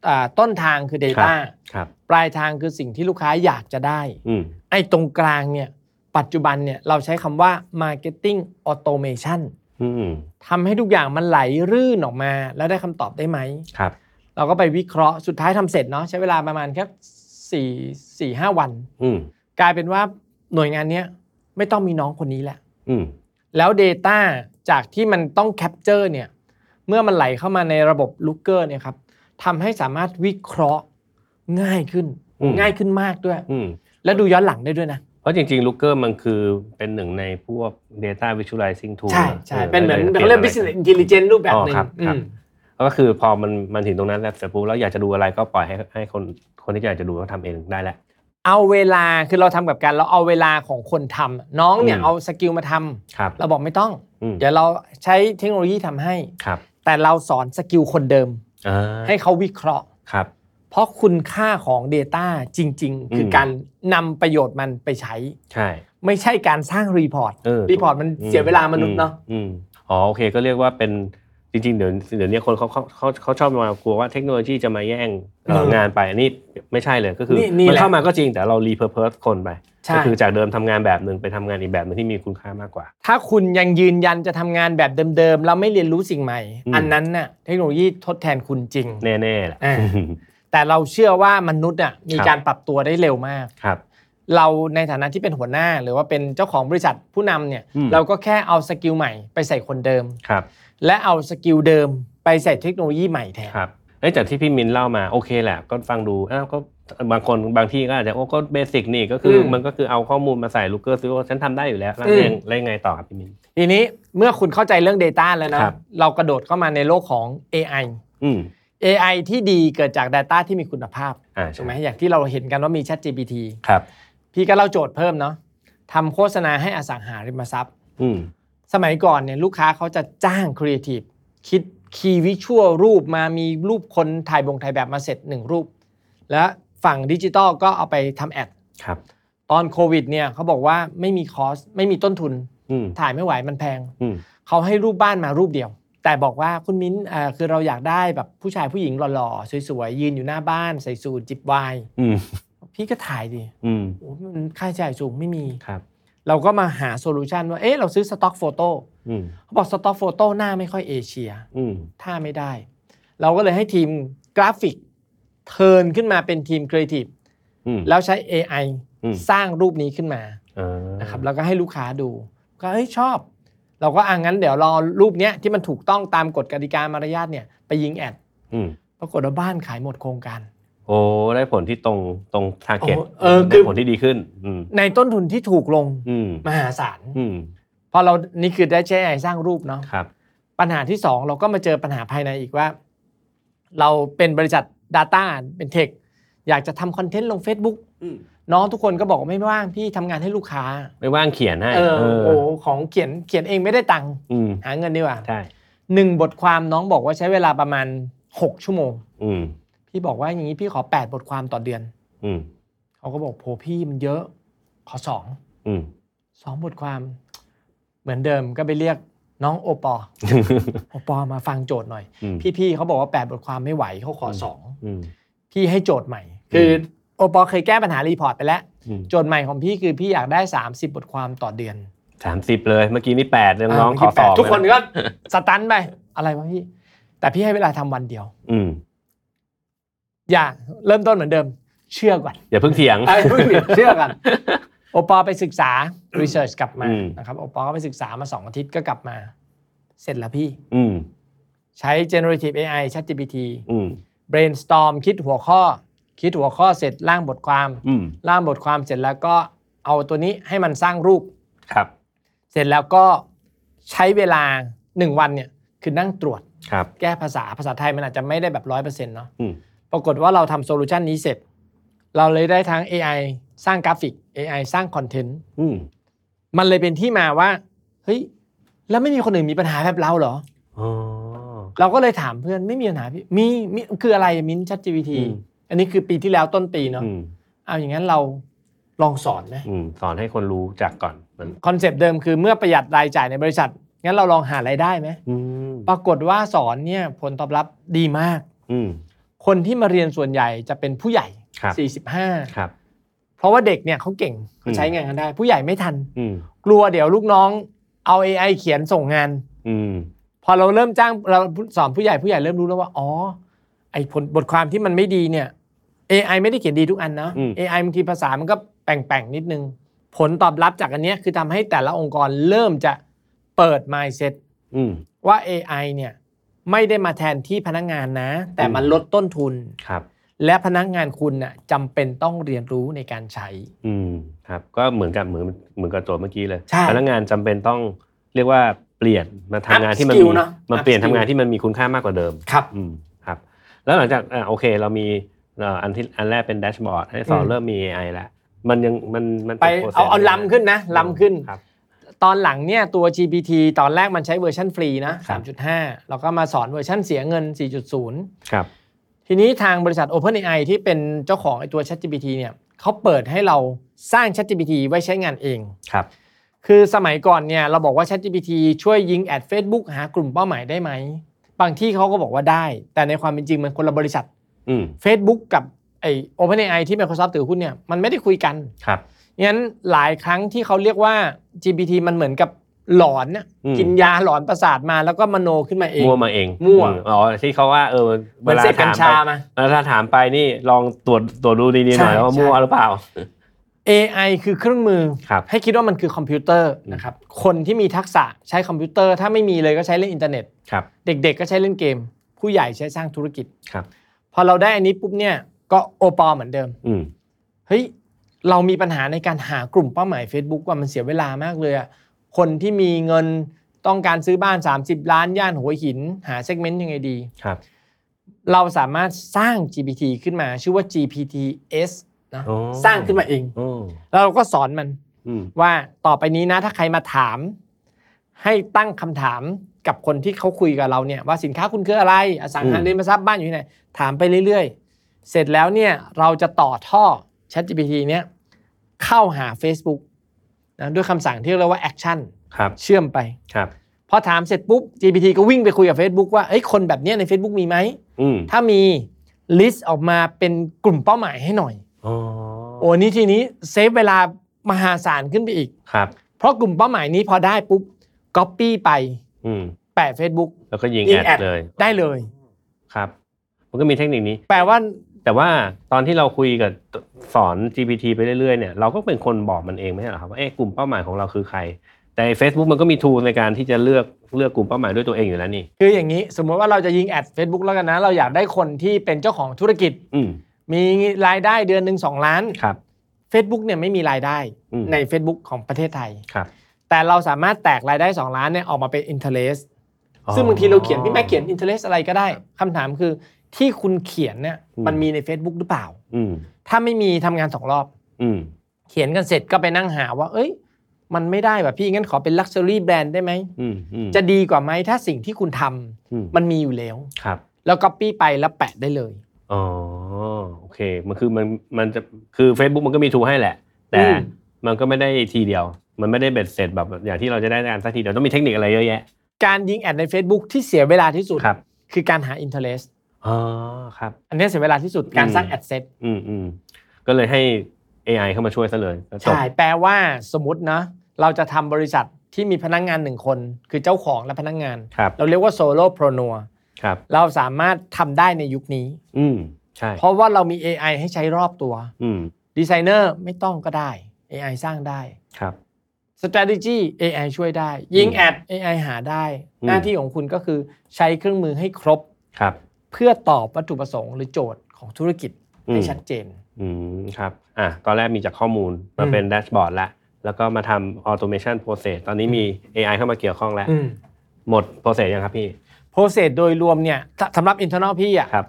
Speaker 1: อ่าต้นทางคือ
Speaker 2: ครับ
Speaker 1: Data
Speaker 2: ครับ
Speaker 1: ปลายทางคือสิ่งที่ลูกค้าอยากจะได้
Speaker 2: อืม
Speaker 1: ไอ้ตรงกลางเนี่ยปัจจุบันเนี่ยเราใช้คำว่า marketing automation
Speaker 2: อืม
Speaker 1: ทำให้ทุกอย่างมันไหลรื่นออกมา แล้วได้คำตอบได้ไหม
Speaker 2: ครับ
Speaker 1: เราก็ไปวิเคราะห์สุดท้ายทำเสร็จเนาะใช้เวลาประมาณแค่สี่สี่ห้าวัน
Speaker 2: อืม
Speaker 1: กลายเป็นว่าหน่วยงานเนี้ยไม่ต้องมีน้องคนนี้แหละ
Speaker 2: อืม
Speaker 1: แล้ว Data จากที่มันต้องแคปเจอร์เนี่ยเมื่อมันไหลเข้ามาในระบบ Looker เนี่ยครับทำให้สามารถวิเคราะห์ง่ายขึ้น
Speaker 2: อืม
Speaker 1: ง่ายขึ้นมากด้วย
Speaker 2: อืม
Speaker 1: และดูย้อนหลังได้ด้วยนะ
Speaker 2: เพราะจริงๆ Looker มันคือเป็นหนึ่งในพวก Data Visualizing Tool
Speaker 1: ใช่ใช่
Speaker 2: ะ
Speaker 1: เป็นเหมือน
Speaker 2: แล้ว
Speaker 1: เขาเรียก
Speaker 2: จะ
Speaker 1: business intelligence รูปแบบหนึ่ง
Speaker 2: อ๋อครับ
Speaker 1: อื
Speaker 2: ครับ
Speaker 1: ม
Speaker 2: ก็คือพอมันมันถึงตรงนั้นแล้วเสร็จปุ๊บแล้วอยากจะดูอะไรก็ปล่อยให้ให้คนคนที่อยากจะดูเขาทำเองได้แล้ว
Speaker 1: เอาเวลาคือเราทำกับการเราเอาเวลาของคนทำน้องเนี่ย
Speaker 2: อืม
Speaker 1: เอาสกิลมาทำ
Speaker 2: ครับ
Speaker 1: เราบอกไม่ต้อง
Speaker 2: อืม
Speaker 1: เดี๋ยวเราใช้เทคโนโลยีทำให้
Speaker 2: ครับ
Speaker 1: แต่เราสอนสกิลคนเดิม
Speaker 2: อ่า
Speaker 1: ให้เขาวิเคราะห์
Speaker 2: ครับ
Speaker 1: เพราะคุณค่าของ Data จริง ๆ คืออ
Speaker 2: ม
Speaker 1: การนำประโยชน์มันไปใช้
Speaker 2: ใช่
Speaker 1: ไม่ใช่การสร้างรีพอร์ต
Speaker 2: เออ
Speaker 1: รีพอร์ตมันเสียเวลามนุษย์เนาะ
Speaker 2: อืมอืมอ๋อโอเคก็เรียกว่าเป็นจริงๆ เดี๋ยวเดี๋ยวนี้คนเขาเขาเขาเขาชอบมากลัวว่าเทคโนโลยีจะมาแย่งเอ่อ
Speaker 1: เออง
Speaker 2: านไปอันนี้ไม่ใช่เลยก็คือ
Speaker 1: นี่นี่
Speaker 2: มั
Speaker 1: แหละ
Speaker 2: เข้ามาก็จริงแต่เรารีเพ r ร์เพสคนไป
Speaker 1: ใช่
Speaker 2: ก็คือจากเดิมทำงานแบบหนึ่งไปทำงานอีกแบบหนึ่งที่มีคุณค่ามากกว่า
Speaker 1: ถ้าคุณยังยืนยันจะทำงานแบบเดิมๆแล้วไม่เรียนรู้สิ่งใหม่
Speaker 2: อืม
Speaker 1: อันนั้นน่ะเทคโนโลยีทดแทนคุณจริง
Speaker 2: แน่ๆแหละ
Speaker 1: อ่า แต่เราเชื่อว่ามนุษย์อ่ะมี
Speaker 2: ครับ
Speaker 1: การปรับตัวได้เร็วมาก
Speaker 2: ครับ
Speaker 1: เราในฐานะที่เป็นหัวหน้าหรือว่าเป็นเจ้าของบริษัทผู้นำเนี่ย
Speaker 2: อืม
Speaker 1: เราก็แค่เอาสกิลใหม่ไปใส่คนเดิม
Speaker 2: ครับ
Speaker 1: และเอาสกิลเดิมไปใส่เทคโนโลยีใหม่แทน
Speaker 2: ครับเอ้ยจากที่พี่มินเล่ามาโอเคแหละก็ฟังดูอ้าวก็บางคนบางที่ก็อาจจะโอ้ก็เบสิกนี่ก็คืออ
Speaker 1: ม
Speaker 2: มันก็คือเอาข้อมูลมาใส่ลูกเกอร์ซิว่าฉันทำได้อยู่แล้วแล้ว
Speaker 1: อืม
Speaker 2: ยังแล้วยังไงต่อครับพี่มิน
Speaker 1: ทีนี้เมื่อคุณเข้าใจเรื่อง Data แล้วนะครับ เรากระโดดเข้ามาในโลกของ AI
Speaker 2: อืม
Speaker 1: AI ที่ดีเกิดจาก Data ที่มีคุณภาพ
Speaker 2: อ่า
Speaker 1: ถู
Speaker 2: ใช่
Speaker 1: กไหมอย่างที่เราเห็นกันว่ามี ChatGPT
Speaker 2: ครับ
Speaker 1: พี่ก็เล่าโจทย์เพิ่มเนาะทำโฆษณาให้อสังหาริมทรัพย์
Speaker 2: อืม
Speaker 1: สมัยก่อนเนี่ยลูกค้าเขาจะจ้างครีเอทีฟคิดคีย์วิชวลรูปมามีรูปคนถ่ายบงถ่ายแบบมาเสร็จหนึ่งรูป แล้วฝั่งดิจิตอลก็เอาไปทำแอด
Speaker 2: ครับ
Speaker 1: ตอนโควิดเนี่ยเขาบอกว่าไม่มีคอส ไม่มีต้นทุน
Speaker 2: อืม
Speaker 1: ถ่ายไม่ไหวมันแพง
Speaker 2: อืม
Speaker 1: เขาให้รูปบ้านมารูปเดียว แต่บอกว่าคุณมิ้นเอ่อคือเราอยากได้แบบผู้ชายผู้หญิงหล่อๆ สวยๆ ยืนอยู่หน้าบ้านใส่สูทจิบไวน์
Speaker 2: อืม
Speaker 1: พี่ก็ถ่ายดิ
Speaker 2: อืม
Speaker 1: โอ้มันค่าใช้จ่ายสูงไม่มี
Speaker 2: ครับ
Speaker 1: เราก็มาหาโซลูชันว่าเอ๊ะเราซื้อสต็อกโฟโต้
Speaker 2: อืม
Speaker 1: เขาบอกสต็อกโฟโต้หน้าไม่ค่อยเอเชีย
Speaker 2: อืม
Speaker 1: ถ้าไม่ได้ เราก็เลยให้ทีมกราฟิกเทิร์นขึ้นมาเป็นทีมครีเอทีฟ
Speaker 2: อืม
Speaker 1: แล้วใช้ AI
Speaker 2: อืม
Speaker 1: สร้างรูปนี้ขึ้นมา
Speaker 2: อ่า
Speaker 1: นะครับแล้วก็ให้ลูกค้าดูก็เฮ้ยชอบ เราก็อ่างั้นเดี๋ยวรอรูปเนี้ยที่มันถูกต้องตามกฎกติกามารยาทเนี่ยไปยิงแอด
Speaker 2: อืม
Speaker 1: ปรากฏว่าบ้านขายหมดโครงการ
Speaker 2: โอ้ ได้ผลที่ตรง ตรงทาร์เก็ต
Speaker 1: โอ้เออคือ
Speaker 2: ผลที่ดีขึ้น อืม
Speaker 1: ในต้นทุนที่ถูกลง
Speaker 2: อืม
Speaker 1: มหาศาล
Speaker 2: อืม
Speaker 1: พอเรานี่คือได้ใช้ AI สร้างรูปเนาะ
Speaker 2: ครับ
Speaker 1: ปัญหาที่ 2 เราก็มาเจอปัญหาภายในอีกว่า เราเป็นบริษัท Data เป็นเทคอยากจะทำคอนเทนต์ลง Facebook
Speaker 2: อืม
Speaker 1: น้องทุกคนก็บอกว่าไม่ว่างพี่ทำงานให้ลูกค้า
Speaker 2: ไม่ว่างเขียนให้
Speaker 1: เออ
Speaker 2: เออ
Speaker 1: โอ้โหของเขียนเขียนเองไม่ได้ตังค์
Speaker 2: อืม
Speaker 1: หาเงินดีกว่า
Speaker 2: ใช่
Speaker 1: หนึ่งบทความน้องบอกว่าใช้เวลาประมาณ 6 ชั่วโมง
Speaker 2: อืม
Speaker 1: พี่บอกว่าอย่างนี้พี่ขอ 8 บทความต่อเดือน
Speaker 2: อืม
Speaker 1: เขาก็บอกโหพี่มันเยอะ ขอ 2
Speaker 2: อืม
Speaker 1: 2 บทความ เหมือนเดิมก็ไปเรียก น้องโอปอโอปอมาฟังโจทย์หน่อย
Speaker 2: อื ม
Speaker 1: พี่ๆเขาบอกว่า 8 บทความไม่ไหวเขาขอ 2
Speaker 2: อืม
Speaker 1: พี่ให้โจทย์ใหม่ คือโอปอเคยแก้ปัญหารีพอร์ตไปแล้ว
Speaker 2: อืม
Speaker 1: โจทย์ใหม่ของพี่คือพี่อยากได้ 30 บทความต่อเดือน
Speaker 2: สามสิบเลยเมื่อกี้นี่แปดเรื่องน้องๆข
Speaker 1: า
Speaker 2: อต่อ
Speaker 1: 28ทุกคนก็ สตันไปอะไรวะพี่ แต่พี่ให้เวลาทำวันเดียว
Speaker 2: อืม
Speaker 1: อย่าเริ่มต้นเหมือนเดิม เชื่อก่อน
Speaker 2: อย่าเพิ่งเถียง
Speaker 1: ไอ้เพิ่งเปรียบเชื่อ กัน โอปอไปศึกษา research กลับมา
Speaker 2: อืม
Speaker 1: นะครับโอปอก็ไปศึกษามาสองอาทิตย์ก็กลับมา เสร็จแล้วพี่
Speaker 2: อืม
Speaker 1: ใช้ generative AI ChatGPT
Speaker 2: อืม
Speaker 1: brainstorm คิดหัวข้อ คิดหัวข้อเสร็จร่างบทความ
Speaker 2: อืม
Speaker 1: ร่างบทความเสร็จแล้วก็เอาตัวนี้ให้มันสร้างรูป
Speaker 2: ครับ
Speaker 1: เสร็จแล้วก็ใช้เวลา 1 วันเนี่ยคือนั่งตรวจ
Speaker 2: ครับ
Speaker 1: แก้ภาษาภาษาไทยมันอาจจะไม่ได้แบบร้อยเปอร์เซ็นต์เนาะ
Speaker 2: อืม
Speaker 1: ปรากฏว่าเราทำโซลูชันนี้เสร็จ เราเลยได้ทั้ง AI สร้างกราฟิก AI สร้างคอนเทนต์
Speaker 2: อืม
Speaker 1: มันเลยเป็นที่มาว่า เฮ้ย แล้วไม่มีคนอื่นมีปัญหาแบบเราเหรอ
Speaker 2: อ๋อ
Speaker 1: เราก็เลยถามเพื่อนไม่มีปัญหาพี่มีมีคืออะไรมิ้นชัด GPT
Speaker 2: อืม
Speaker 1: อันนี้คือปีที่แล้วต้นปีเนาะ
Speaker 2: อืม
Speaker 1: เอาอย่างนั้นเราลองสอนไหม
Speaker 2: อืมสอนให้คนรู้จักก่อนมัน
Speaker 1: คอนเซปต์เดิมคือเมื่อประหยัดรายจ่ายในบริษัท งั้นเราลองหารายได้ไหม
Speaker 2: อืม
Speaker 1: ปรากฏว่าสอนเนี่ยผลตอบรับดีมาก
Speaker 2: อืม
Speaker 1: คนที่มาเรียนส่วนใหญ่จะเป็นผู้ใหญ่
Speaker 2: ครับ
Speaker 1: 45
Speaker 2: ครับ
Speaker 1: เพราะว่าเด็กเนี่ยเขาเก่งเขาใช้
Speaker 2: อืม
Speaker 1: งานกันได้ ผู้ใหญ่ไม่ทัน
Speaker 2: อืม
Speaker 1: กลัวเดี๋ยวลูกน้องเอา AI เขียนส่งงาน
Speaker 2: อืม
Speaker 1: พอเราเริ่มจ้างเราสอนผู้ใหญ่ผู้ใหญ่เริ่มรู้แล้วว่า อ๋อ ไอผลบทความที่มันไม่ดีเนี่ย AI ไม่ได้เขียนดีทุกอันนะ
Speaker 2: อืม
Speaker 1: AI บางทีภาษามันก็แป่งๆ นิดนึง ผลตอบรับจากอันเนี้ยคือทำให้แต่ละองค์กรเริ่มจะเปิด mindset
Speaker 2: อืม
Speaker 1: ว่า AI เนี่ยไม่ได้มาแทนที่พนักงานนะ แต่มัน
Speaker 2: อืม
Speaker 1: ลดต้นทุน
Speaker 2: ครับ
Speaker 1: และพนักงานคุณน่ะจำเป็นต้องเรียนรู้ในการใช้
Speaker 2: อืมครับ ก็เหมือนกับเหมือนเหมือนกับตัวเมื่อกี้เลย
Speaker 1: ใช่
Speaker 2: พนักงานจำเป็นต้องเรียกว่าเปลี่ยนมาทำงาน
Speaker 1: Upskill
Speaker 2: ที่มันมี
Speaker 1: เนอะ
Speaker 2: มาเปลี่ยนทำ
Speaker 1: Upskill
Speaker 2: งานที่มันมีคุณค่ามากกว่าเดิม
Speaker 1: ครับ
Speaker 2: อืมครับ แล้วหลังจากอ่ะโอเคเรามีเอ่ออันที่อันแรกเป็นแดชบอร์ดอันที่สอง
Speaker 1: อืม
Speaker 2: เริ่มมี AI แล้วมันยังมันมัน
Speaker 1: ไป
Speaker 2: น process
Speaker 1: เอาเอาล้ำขึ้นนะล้ำขึ้น
Speaker 2: ครับ
Speaker 1: ตอนหลังเนี่ยตัว GPT ตอนแรกมันใช้เวอร์ชันฟรีนะ
Speaker 2: ครับ
Speaker 1: 3.5 แล้วก็มาสอนเวอร์ชันเสียเงิน 4.0
Speaker 2: ครับ
Speaker 1: ทีนี้ทางบริษัท OpenAI ที่เป็นเจ้าของไอตัว ChatGPT เนี่ยเขาเปิดให้เราสร้าง ChatGPT ไว้ใช้งานเอง
Speaker 2: ครับ
Speaker 1: คือสมัยก่อนเนี่ยเราบอกว่า ChatGPT ช่วยยิงแอด Facebook หากลุ่มเป้าหมายได้ไหม บางที่เขาก็บอกว่าได้ แต่ในความเป็นจริงมันคนละบริษัท
Speaker 2: อืม
Speaker 1: Facebook กับไอ OpenAI ที่ Microsoft ถือหุ้นเนี่ยมันไม่ได้คุยกัน
Speaker 2: ครับ
Speaker 1: งั้นหลายครั้งที่เขาเรียกว่า GPT มันเหมือนกับหลอนน่ะ
Speaker 2: อืม
Speaker 1: กินยาหลอนประสาทมาแล้วก็มโนขึ้นมาเอง
Speaker 2: มั่วมาเอง
Speaker 1: มั่ว
Speaker 2: อือ๋อที่เขาว่าเออ
Speaker 1: เหมือนเสพกัญชามา
Speaker 2: เวลาถามไปเวลาถามไปนี่ลองตรวจตรวจดูดีๆหน่อย
Speaker 1: ใช่
Speaker 2: ว่า
Speaker 1: ใช่
Speaker 2: มั่วหรือเปล่า
Speaker 1: AI คือเครื่องมือ
Speaker 2: ครับ
Speaker 1: ให้คิดว่ามันคือคอมพิวเตอร์นะครับคนที่มีทักษะใช้คอมพิวเตอร์ ถ้าไม่มีเลยก็ใช้เล่นอินเทอร์เน็ต
Speaker 2: ครับ
Speaker 1: เด็กๆ ก็ใช้เล่นเกม ผู้ใหญ่ใช้สร้างธุรกิจ
Speaker 2: ครับ
Speaker 1: พอเราได้อันนี้ปุ๊บเนี่ยก็โอปอเหมือนเดิม
Speaker 2: อืม
Speaker 1: เฮ้ย เรามีปัญหาในการหากลุ่มเป้าหมาย Facebook ว่ามันเสียเวลามากเลยอะคนที่มีเงินต้องการซื้อบ้าน 30 ล้านย่านหัวหิน หาเซกเมนต์ยังไงดี
Speaker 2: ครับ
Speaker 1: เราสามารถสร้าง GPT ขึ้นมาชื่อว่า GPTs นะ
Speaker 2: อ๋อ
Speaker 1: สร้างขึ้นมาเอง
Speaker 2: อืม
Speaker 1: แล้วเราก็สอนมัน
Speaker 2: อืม
Speaker 1: ว่าต่อไปนี้นะถ้าใครมาถาม ให้ตั้งคำถามกับคนที่เขาคุยกับเราเนี่ยว่าสินค้าคุณคืออะไรอสังหา
Speaker 2: อืม
Speaker 1: ริมทรัพย์บ้านอยู่ที่ไหนถามไปเรื่อยๆ เสร็จแล้วเนี่ยเราจะต่อท่อ ChatGPT เนี่ยเข้าหา Facebook นะด้วยคำสั่งที่เรียกว่า Action
Speaker 2: ครับ
Speaker 1: เชื่อมไป
Speaker 2: ครับ
Speaker 1: พอถามเสร็จปุ๊บ GPT ก็วิ่งไปคุยกับ Facebook ว่าเอ้ยคนแบบเนี้ยใน Facebook มีไหม
Speaker 2: อืม
Speaker 1: ถ้ามีลิสต์ออกมาเป็นกลุ่มเป้าหมายให้หน่อย
Speaker 2: อ๋อ
Speaker 1: โอ้นี่ทีนี้เซฟเวลามหาศาลขึ้นไปอีก
Speaker 2: ครับ
Speaker 1: เพราะกลุ่มเป้าหมายนี้พอได้ปุ๊บก๊อปปี้ไป
Speaker 2: อืม
Speaker 1: แปะ Facebook
Speaker 2: แล้วก็ยิง
Speaker 1: ยิ
Speaker 2: แอง ด
Speaker 1: แอด
Speaker 2: เลย
Speaker 1: ได้เลย
Speaker 2: ครับ มันก็มีเทคนิคนี้
Speaker 1: แปลว่า
Speaker 2: แต่ว่าตอนที่เราคุยกับสอน GPT ไปเรื่อยๆเนี่ยเราก็เป็นคนบอกมันเองไม่ใช่เหรอครับว่าเอ๊ะกลุ่มเป้าหมายของเราคือใคร แต่ Facebook มันก็มีทูลในการที่จะเลือกเลือกกลุ่มเป้าหมายด้วยตัวเองอยู่แล้วนี่
Speaker 1: คืออย่างนี้ สมมติว่าเราจะยิงแอด Facebook แล้วกันนะ เราอยากได้คนที่เป็นเจ้าของธุรกิจ
Speaker 2: อืม
Speaker 1: มีรายได้เดือนหนึ่งสองล้าน
Speaker 2: ครับ
Speaker 1: Facebook เนี่ยไม่มีรายได้
Speaker 2: อืม
Speaker 1: ใน Facebook ของประเทศไทย
Speaker 2: ครับ
Speaker 1: แต่เราสามารถแตกรายได้ 2 ล้านเนี่ยออกมาเป็น interest
Speaker 2: อ๋อ
Speaker 1: ซึ่งบางทีเราเขียนพี่แม่เขียน interest อะไรก็ได้คำถามคือที่คุณเขียนเนี่ย
Speaker 2: อืม
Speaker 1: มันมีใน Facebook หรือเปล่า
Speaker 2: อืม
Speaker 1: ถ้าไม่มีทำงานสองรอบ
Speaker 2: อืม
Speaker 1: เขียนกันเสร็จก็ไปนั่งหาว่า เอ้ย มันไม่ได้แบบพี่งั้นขอเป็นลักชัวรี่แบรนด์ได้ไหม
Speaker 2: อืมอืม
Speaker 1: จะดีกว่าไหมถ้าสิ่งที่คุณทำ
Speaker 2: อืม
Speaker 1: มันมีอยู่แล้ว
Speaker 2: ครับ
Speaker 1: แล้วก็ปี้ไปแล้วแปะได้เลย
Speaker 2: อ๋อโอเค มันคือมันมันจะคือ Facebook มันก็มีทูลให้แหละ แต่
Speaker 1: อืม
Speaker 2: มันก็ไม่ได้ทีเดียว มันไม่ได้เบ็ดเสร็จแบบอย่างที่เราจะได้การสักทีเดียวต้องมีเทคนิคอะไรเยอะแยะ
Speaker 1: การยิงแอดใน Facebook ที่เสียเวลาที่สุด
Speaker 2: ครับ
Speaker 1: คือการหา interest
Speaker 2: อ๋อครับ
Speaker 1: อันเนี้ยเสียเวลาที่สุดการสร้าง
Speaker 2: อืม
Speaker 1: แอดเซต
Speaker 2: อืมอืมก็เลยให้ AI เข้ามาช่วยซะเลยก็จบ
Speaker 1: ใช่แปลว่าสมมตินะเราจะทำบริษัทที่มีพนักงานหนึ่งคน คือเจ้าของและพนักงาน
Speaker 2: ครับ
Speaker 1: เราเรียกว่าโซโล่โปรนัว
Speaker 2: ครับ
Speaker 1: เราสามารถทำได้ในยุคนี้
Speaker 2: อืมใช่
Speaker 1: เพราะว่าเรามี AI ให้ใช้รอบตัว
Speaker 2: อืม
Speaker 1: ดีไซเนอร์ไม่ต้องก็ได้ AI สร้างได้
Speaker 2: ครับ
Speaker 1: strategy AI ช่วยได้ ยิง
Speaker 2: อืม
Speaker 1: แอด AI หาได้
Speaker 2: อืม
Speaker 1: หน้าที่ของคุณก็คือใช้เครื่องมือให้ครบ
Speaker 2: ครับ
Speaker 1: เพื่อตอบวัตถุประสงค์หรือโจทย์ของธุรกิจ
Speaker 2: อื
Speaker 1: ให้
Speaker 2: ม
Speaker 1: ชัดเจน
Speaker 2: อืมครับอ่ะตอนแรกมีจากข้อมูลมา
Speaker 1: อืม
Speaker 2: เป็นแดชบอร์ดละแล้วก็มาทำ automation process ตอนนี้มี AI เข้ามาเกี่ยวข้องแล้ว
Speaker 1: อืม
Speaker 2: หมด process ยังครับพี่
Speaker 1: process โดยรวมเนี่ยสสำหรับ internal พี่อะ
Speaker 2: ครับ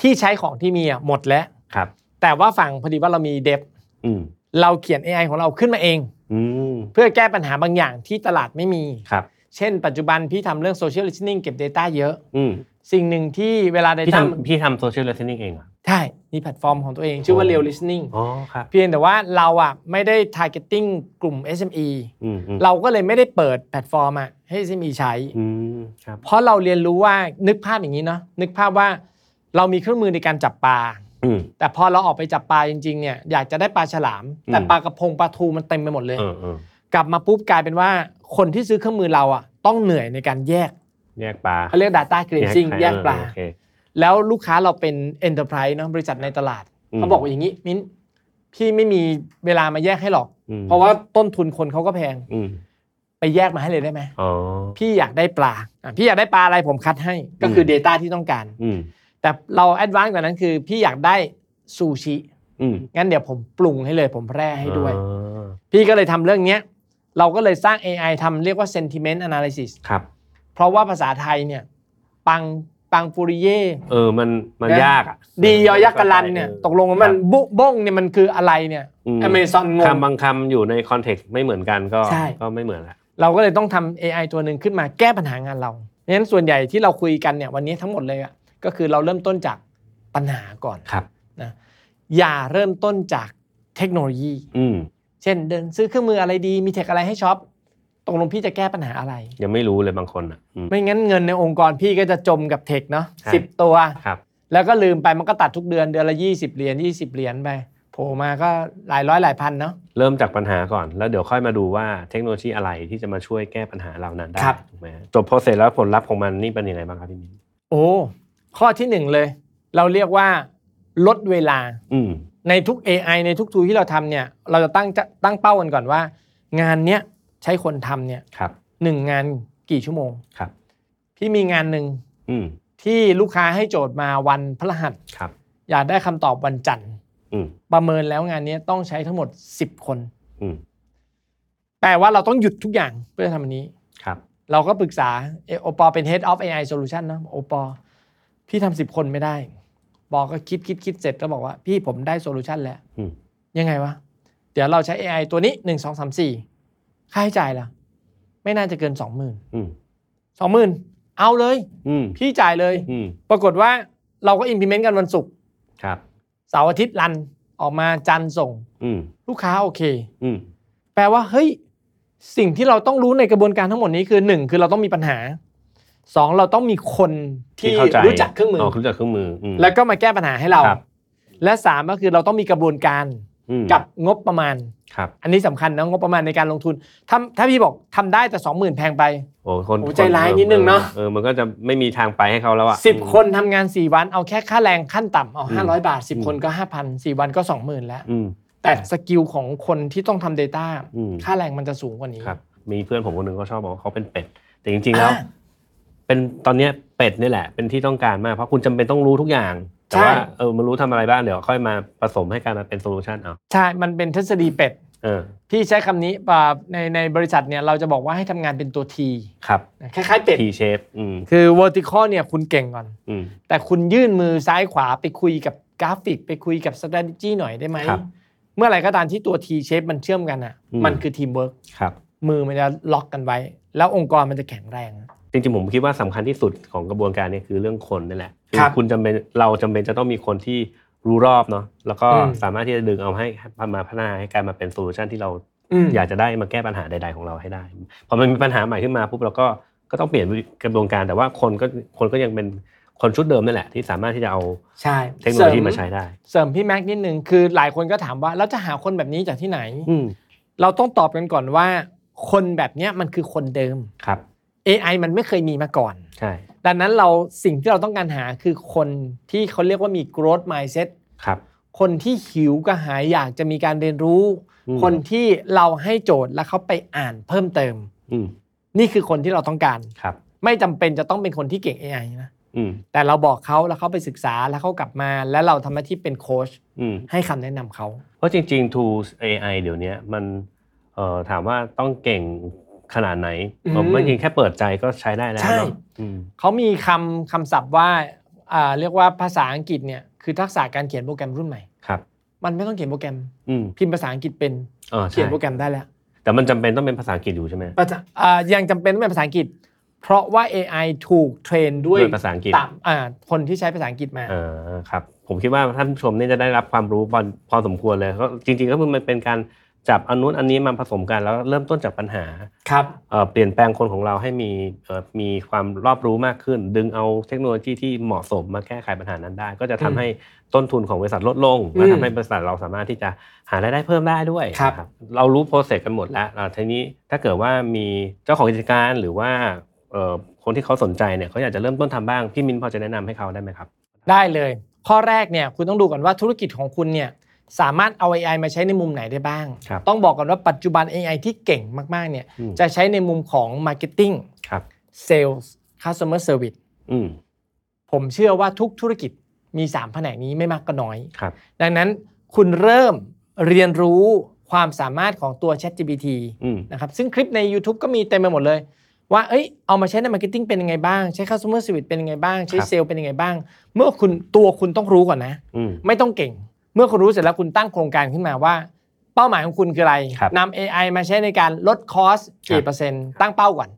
Speaker 1: ที่ใช้ของที่มีอะหมดแล้ว
Speaker 2: ครับ
Speaker 1: แต่ว่าฝั่งพอดีว่าเรามีเดบ
Speaker 2: อืม
Speaker 1: เราเขียน AI ของเราขึ้นมาเอง
Speaker 2: อืม
Speaker 1: เพื่อแก้ปัญหาบางอย่างที่ตลาดไม่มี
Speaker 2: ครับ
Speaker 1: เช่นปัจจุบันพี่ทำเรื่อง social listening เก็บ Data เยอะ
Speaker 2: อืม
Speaker 1: สิ่งหนึ่งที่เวลา
Speaker 2: พี่
Speaker 1: Data มัน
Speaker 2: ทำพี่ทำ social listening เองเหรอ
Speaker 1: ใช่มีแพลตฟอร์มของตัวเอง ชื่อว่า real listening
Speaker 2: อ๋อครับ
Speaker 1: เพียงแต่ว่าเราอ่ะไม่ได้ targeting กลุ่ม SME
Speaker 2: อืมอืม
Speaker 1: เราก็เลยไม่ได้เปิดแพลตฟอร์มอ่ะให้ SME ใช้
Speaker 2: อืมครับ
Speaker 1: เพราะเราเรียนรู้ว่านึกภาพอย่างนี้เนาะนึกภาพว่าเรามีเครื่องมือในการจับปลา
Speaker 2: อืม
Speaker 1: แต่พอเราออกไปจับปลาจริงๆเนี่ยอยากจะได้ปลาฉลาม
Speaker 2: อืม
Speaker 1: แต่ปลากระพงปลาทูมันเต็มไปหมดเลย
Speaker 2: เออเออก
Speaker 1: ลับมาปุ๊บกลายเป็นว่าคนที่ซื้อเครื่องมือเราอ่ะต้องเหนื่อยในการแยก
Speaker 2: แยกปลา
Speaker 1: เขาเรียก Data Cleansing แยกปลา
Speaker 2: เออโอเค
Speaker 1: แล้วลูกค้าเราเป็น Enterprise เนาะบริษัทในตลาด
Speaker 2: อืม
Speaker 1: เขาบอกว่าอย่างนี้มิ้นพี่ไม่มีเวลามาแยกให้หรอก
Speaker 2: อืม
Speaker 1: เพราะว่าต้นทุนคนเขาก็แพง
Speaker 2: อืม
Speaker 1: ไปแยกมาให้เลยได้ไหม
Speaker 2: อ๋อ
Speaker 1: พี่อยากได้ปลาอ่ะพี่อยากได้ปลาอะไรผมคัดให้ก็คืออ Data ที่ต้องการ
Speaker 2: อืม
Speaker 1: แต่เราแอดวานซ์กว่านั้นคือ พี่อยากได้ซูชิ
Speaker 2: อืม
Speaker 1: งั้นเดี๋ยวผมปรุงให้เลยผมแพร่ให้ด้วย
Speaker 2: อ๋อ
Speaker 1: พี่ก็เลยทำเรื่องเนี้ยเราก็เลยสร้าง AI ทำเรียกว่า sentiment analysis
Speaker 2: ครับ
Speaker 1: เพราะว่าภาษาไทยเนี่ยปังปังปุริเย่
Speaker 2: เออมันมัน
Speaker 1: นะ
Speaker 2: ยากอะ
Speaker 1: ดียอยักษ์กะลันเนี่ยตกลงว่ามัน
Speaker 2: ครับ
Speaker 1: บุบ้งเนี่ยมันคืออะไรเนี่ย
Speaker 2: อืม
Speaker 1: อเมซอนงง
Speaker 2: คำบางคำอยู่ในคอนเท็กซ์ไม่เหมือนกันก็
Speaker 1: ใช่
Speaker 2: ก็ไม่เหมือนละ
Speaker 1: เราก็เลยต้องทำ AI ตัวหนึ่งขึ้นมาแก้ปัญหางานเราเพราะฉะนั้นส่วนใหญ่ที่เราคุยกันเนี่ยวันนี้ทั้งหมดเลยอะก็คือเราเริ่มต้นจากปัญหาก่อน
Speaker 2: ครับ
Speaker 1: อย่าเริ่มต้นจากเทคโนโลยี
Speaker 2: อืม
Speaker 1: เช่นเดินซื้อเครื่องมืออะไรดี มีเทคอะไรให้ช็อปตกลงพี่จะแก้ปัญหาอะไร
Speaker 2: ยังไม่รู้เลยบางคนอ่ะอืม
Speaker 1: ไม่งั้นเงินในองค์กรพี่ก็จะจมกับเทคเนาะ
Speaker 2: ใช่
Speaker 1: สิบตัว
Speaker 2: ครับ
Speaker 1: แล้วก็ลืมไปมันก็ตัดทุกเดือนเดือนละ 20 เหรียญ20 เหรียญไปโผล่มาก็หลายร้อยหลายพันเนาะ
Speaker 2: เริ่มจากปัญหาก่อน แล้วเดี๋ยวค่อยมาดูว่าเทคโนโลยีอะไรที่จะมาช่วยแก้ปัญหาเหล่านั้นได้
Speaker 1: ครับ
Speaker 2: ถูกไหมฮะจบโปรเซสแล้วผลลัพธ์ของมันนี่เป็นยังไงบ้างครับพี่มิ้น
Speaker 1: โอ้ ข้อที่หนึ่งเลย เราเรียกว่าลดเวลา
Speaker 2: อืม
Speaker 1: ในทุก AI ในทุกทูที่เราทำเนี่ยเราจะตั้งจะตั้งเป้ากันก่อนว่า งานเนี้ยใช้คนทำเนี่ย
Speaker 2: ครับ
Speaker 1: หนึ่งงานกี่ชั่วโมง
Speaker 2: ครับ
Speaker 1: พี่มีงานหนึ่ง
Speaker 2: อืม
Speaker 1: ที่ลูกค้าให้โจทย์มาวันพฤหัส
Speaker 2: ครับ
Speaker 1: อยากได้คำตอบวันจันทร์
Speaker 2: อืม
Speaker 1: ประเมินแล้วงานเนี้ยต้องใช้ทั้งหมด 10 คน
Speaker 2: อืม
Speaker 1: แปลว่าเราต้องหยุดทุกอย่างเพื่อทำอันนี้
Speaker 2: ครับ
Speaker 1: เราก็ปรึกษาเอ่อโอปอเป็น head of AI solution นะโอปอพี่ทำสิบคนไม่ได้ บอกก็คิดคิดคิดเสร็จก็บอกว่า พี่ผมได้ solution แล้ว
Speaker 2: อืม
Speaker 1: ยังไงวะ เดี๋ยวเราใช้ AI ตัวนี้หนึ่งสองสามสี่ค่าใช้จ่ายล่ะ ไม่น่าจะเกินสองหมื่น
Speaker 2: อืม
Speaker 1: สองหมื่นเอาเลย
Speaker 2: อืม
Speaker 1: พี่จ่ายเลย
Speaker 2: อืม
Speaker 1: ปรากฏว่าเราก็ implement กันวันศุกร์
Speaker 2: ครับ
Speaker 1: เสาร์อาทิตย์รันออกมาจันทร์ส่ง
Speaker 2: อืม
Speaker 1: ลูกค้าโอเค
Speaker 2: อืม
Speaker 1: แปลว่าเฮ้ยสิ่งที่เราต้องรู้ในกระบวนการทั้งหมดนี้คือหนึ่งคือเราต้องมีปัญหาสองเราต้องมีคนที่
Speaker 2: เข้าใจ
Speaker 1: รู้จักเครื่องมืออ
Speaker 2: รู้จักเครื่องมืออืม
Speaker 1: แล้วก็มาแก้ปัญหาให้เรา
Speaker 2: ครับ
Speaker 1: และสามก็คือเราต้องมีกระบวนการ
Speaker 2: อืม
Speaker 1: กับงบประมาณ
Speaker 2: ครับ
Speaker 1: อันนี้สำคัญนะงบประมาณในการลงทุนถ้าถ้าพี่บอกทำได้แต่สองหมื่นแพงไป
Speaker 2: โอ้คน
Speaker 1: โอ้ใจร้ายนิดนึงเนอะ
Speaker 2: เออมันก็จะไม่มีทางไปให้เขาแล้วอ่ะ
Speaker 1: สิบคนทำงานสี่วันเอาแค่ค่าแรงขั้นต่ำเอา
Speaker 2: อื
Speaker 1: ห้าร้อย
Speaker 2: ม
Speaker 1: บาทสิบ
Speaker 2: อืม
Speaker 1: คนก็ห้าพันสี่วันก็สองหมื่นแล้ว
Speaker 2: อืม
Speaker 1: แต่สกิลของคนที่ต้องทำ Data
Speaker 2: อืม
Speaker 1: ค่าแรงมันจะสูงกว่านี้
Speaker 2: ครับมีเพื่อนผมคนหนึ่งเขาชอบบอกว่าเขาเป็นเป็ด แต่จริงๆแล้ว
Speaker 1: อ่า
Speaker 2: เป็นตอนเนี้ยเป็ดนี่แหละ เป็นที่ต้องการมาก เพราะคุณจำเป็นต้องรู้ทุกอย่าง แต่
Speaker 1: ใช่
Speaker 2: ว่าเออมันรู้ทำอะไรบ้างเดี๋ยวค่อยมาผสมให้กลายมาเป็นโซลูชันเอา
Speaker 1: ใช่ มันเป็นทฤษฎีเป็ด
Speaker 2: เออ
Speaker 1: พี่ใช้คำนี้ป่ะในในบริษัทเนี่ยเราจะบอกว่าให้ทำงานเป็นตัวที
Speaker 2: ครับ
Speaker 1: คล้ายๆเป็ด
Speaker 2: T shape อืม
Speaker 1: คือ vertical เนี่ยคุณเก่งก่อน
Speaker 2: อืม
Speaker 1: แต่คุณยื่นมือซ้ายขวาไปคุยกับกราฟิก ไปคุยกับ strategy หน่อยได้ไหม
Speaker 2: ครับ
Speaker 1: เมื่อไหร่ก็ตามที่ตัว T shape มันเชื่อมกันอ่ะ
Speaker 2: อืม
Speaker 1: มันคือ teamwork
Speaker 2: ครับ
Speaker 1: มือมันจะล็อกกันไว้ แล้วองค์กรมันจะแข็งแรง
Speaker 2: จริงๆผมคิดว่าสำคัญที่สุดของกระบวนการเนี้คือเรื่องคนนี่แหละอ
Speaker 1: ครับ
Speaker 2: คุณจำเป็นเราจำเป็นจะต้องมีคนที่รู้รอบเนาะแล้วก็
Speaker 1: อืม
Speaker 2: สามารถที่จะดึงเอาให้มาพัฒนาให้กลายมาเป็นโซลูชันที่เรา
Speaker 1: อืม
Speaker 2: อยากจะได้มาแก้ปัญหาใดๆของเราให้ได้ พอมันมีปัญหาใหม่ขึ้นมาปุ๊บเราก็ก ก็ต้องเปลี่ยนกระบวนการแต่ว่าคนก็คนก็ยังเป็นคนชุดเดิมนั่นแหละ ที่สามารถที่จะเอา
Speaker 1: ใช่
Speaker 2: เทคโนโลยี
Speaker 1: เสริ
Speaker 2: มาใช้ได้
Speaker 1: เสริมพี่แม็กซ์นิดนึงคือหลายคนก็ถามว่าแล้วจะหาคนแบบนี้จากที่ไหน
Speaker 2: อืม
Speaker 1: เราต้องตอบกันก่อนว่า คนแบบเนี้ยมันคือคนเดิม
Speaker 2: ครับ
Speaker 1: AI มันไม่เคยมีมาก่อน
Speaker 2: ใช่
Speaker 1: ดังนั้นเราสิ่งที่เราต้องการหาคือคนที่เขาเรียกว่ามี growth mindset
Speaker 2: ครับ
Speaker 1: คนที่หิวกระหายอยากจะมีการเรียนรู้
Speaker 2: อืม
Speaker 1: คนที่เราให้โจทย์แล้วเขาไปอ่านเพิ่มเติม
Speaker 2: อืม
Speaker 1: นี่คือคนที่เราต้องการ
Speaker 2: ครับ
Speaker 1: ไม่จำเป็นจะต้องเป็นคนที่เก่ง AI นะ
Speaker 2: อืม
Speaker 1: แต่เราบอกเขาแล้วเขาไปศึกษาแล้วเขากลับมา แล้วเราทำหน้าที่เป็นโค้ช
Speaker 2: อืม
Speaker 1: ให้คำแนะนำเขา
Speaker 2: เพราะจริงๆ tools AI เดี๋ยวเนี้ยมันเอ่อถามว่าต้องเก่งขนาดไหน
Speaker 1: อืม
Speaker 2: ผมว่าจริงๆแค่เปิดใจก็ใช้ได้แล้ว
Speaker 1: ใช่
Speaker 2: เนาะอืม
Speaker 1: เขามีคำคำศัพท์ว่าอ่า เรียกว่าภาษาอังกฤษเนี่ยคือทักษะการเขียนโปรแกรมรุ่นใหม่
Speaker 2: ครับ
Speaker 1: มันไม่ต้องเขียนโปรแกรม
Speaker 2: อืม
Speaker 1: พิมพ์ภาษาอังกฤษเป็น
Speaker 2: เออ
Speaker 1: เขี
Speaker 2: ใช่
Speaker 1: ยนโปรแกรมได้แล้ว
Speaker 2: แต่มันจำเป็นต้องเป็นภาษาอังกฤษอยู่ใช่ไหม
Speaker 1: ภาษาอ่ายังจำเป็นต้องเป็นภาษาอังกฤษ เพราะว่า AI ถูกเทรนด้วย
Speaker 2: ด้วยภาษาอังกฤษ
Speaker 1: ตมอ่าคนที่ใช้ภาษาอังกฤษมา
Speaker 2: เออครับ ผมคิดว่าท่านผู้ชมเนี่ยจะได้รับความรู้พอพอสมควรเลยก็จริง ๆ ก็คือมันเป็นการจับอนนุนอันนี้มาผสมกันแล้วเริ่มต้นจากปัญหา
Speaker 1: ครับ
Speaker 2: เอ่อเปลี่ยนแปลงคนของเราให้มีเอ่อมีความรอบรู้มากขึ้น ดึงเอาเทคโนโลยีที่เหมาะสมมาแก้ไขปัญหานั้นได้ ก็จะทำ
Speaker 1: อืม
Speaker 2: ให้ต้นทุนของบริษัทลดลง
Speaker 1: อืม
Speaker 2: และทำให้บริษัทเราสามารถที่จะหารายได้เพิ่มได้ด้วย
Speaker 1: ครับ
Speaker 2: นะเรารู้โปรเซสกันหมดแล้วอ่าทีนี้ถ้าเกิดว่ามีเจ้าของกิจการหรือว่าเอ่อคนที่เขาสนใจเนี่ยเขาอยากจะเริ่มต้นทำบ้างพี่มินพอจะแนะนำให้เขาได้ไหมครับ
Speaker 1: ได้เลย ข้อแรกเนี่ยคุณต้องดูก่อนว่าธุรกิจของคุณเนี่ยสามารถเอา AI มาใช้ในมุมไหนได้บ้าง
Speaker 2: ครับ
Speaker 1: ต้องบอกก่อนว่าปัจจุบัน AI ที่เก่งมากๆเนี่ย
Speaker 2: อืม
Speaker 1: จะใช้ในมุมของ Marketing
Speaker 2: ครับ
Speaker 1: Sales Customer Service
Speaker 2: อืม
Speaker 1: ผมเชื่อว่าทุกธุรกิจมี 3 แผนกนี้ไม่มากก็น้อย
Speaker 2: ครับ
Speaker 1: ดังนั้นคุณเริ่มเรียนรู้ความสามารถของตัว ChatGPT
Speaker 2: อืม
Speaker 1: นะครับซึ่งคลิปใน YouTube ก็มีเต็มไปหมดเลย ว่าเอ้ยเอามาใช้ในมาร์เก็ตติ้งเป็นยังไงบ้าง ใช้ Customer Service เป็นยังไงบ้าง ใช้เซลล์เป็นยังไงบ้าง เมื่อคุณตัวคุณต้องรู้ก่อนนะ
Speaker 2: อืม
Speaker 1: ไม่ต้องเก่ง เมื่อคุณรู้เสร็จแล้วคุณตั้งโครงการขึ้นมาว่า เป้าหมายของคุณคืออะไร
Speaker 2: ครับ
Speaker 1: นำ AI มาใช้ในการลดคอส
Speaker 2: ครั
Speaker 1: กี่
Speaker 2: บ
Speaker 1: เปอร์เซ็นต์ตั้งเป้าก่อน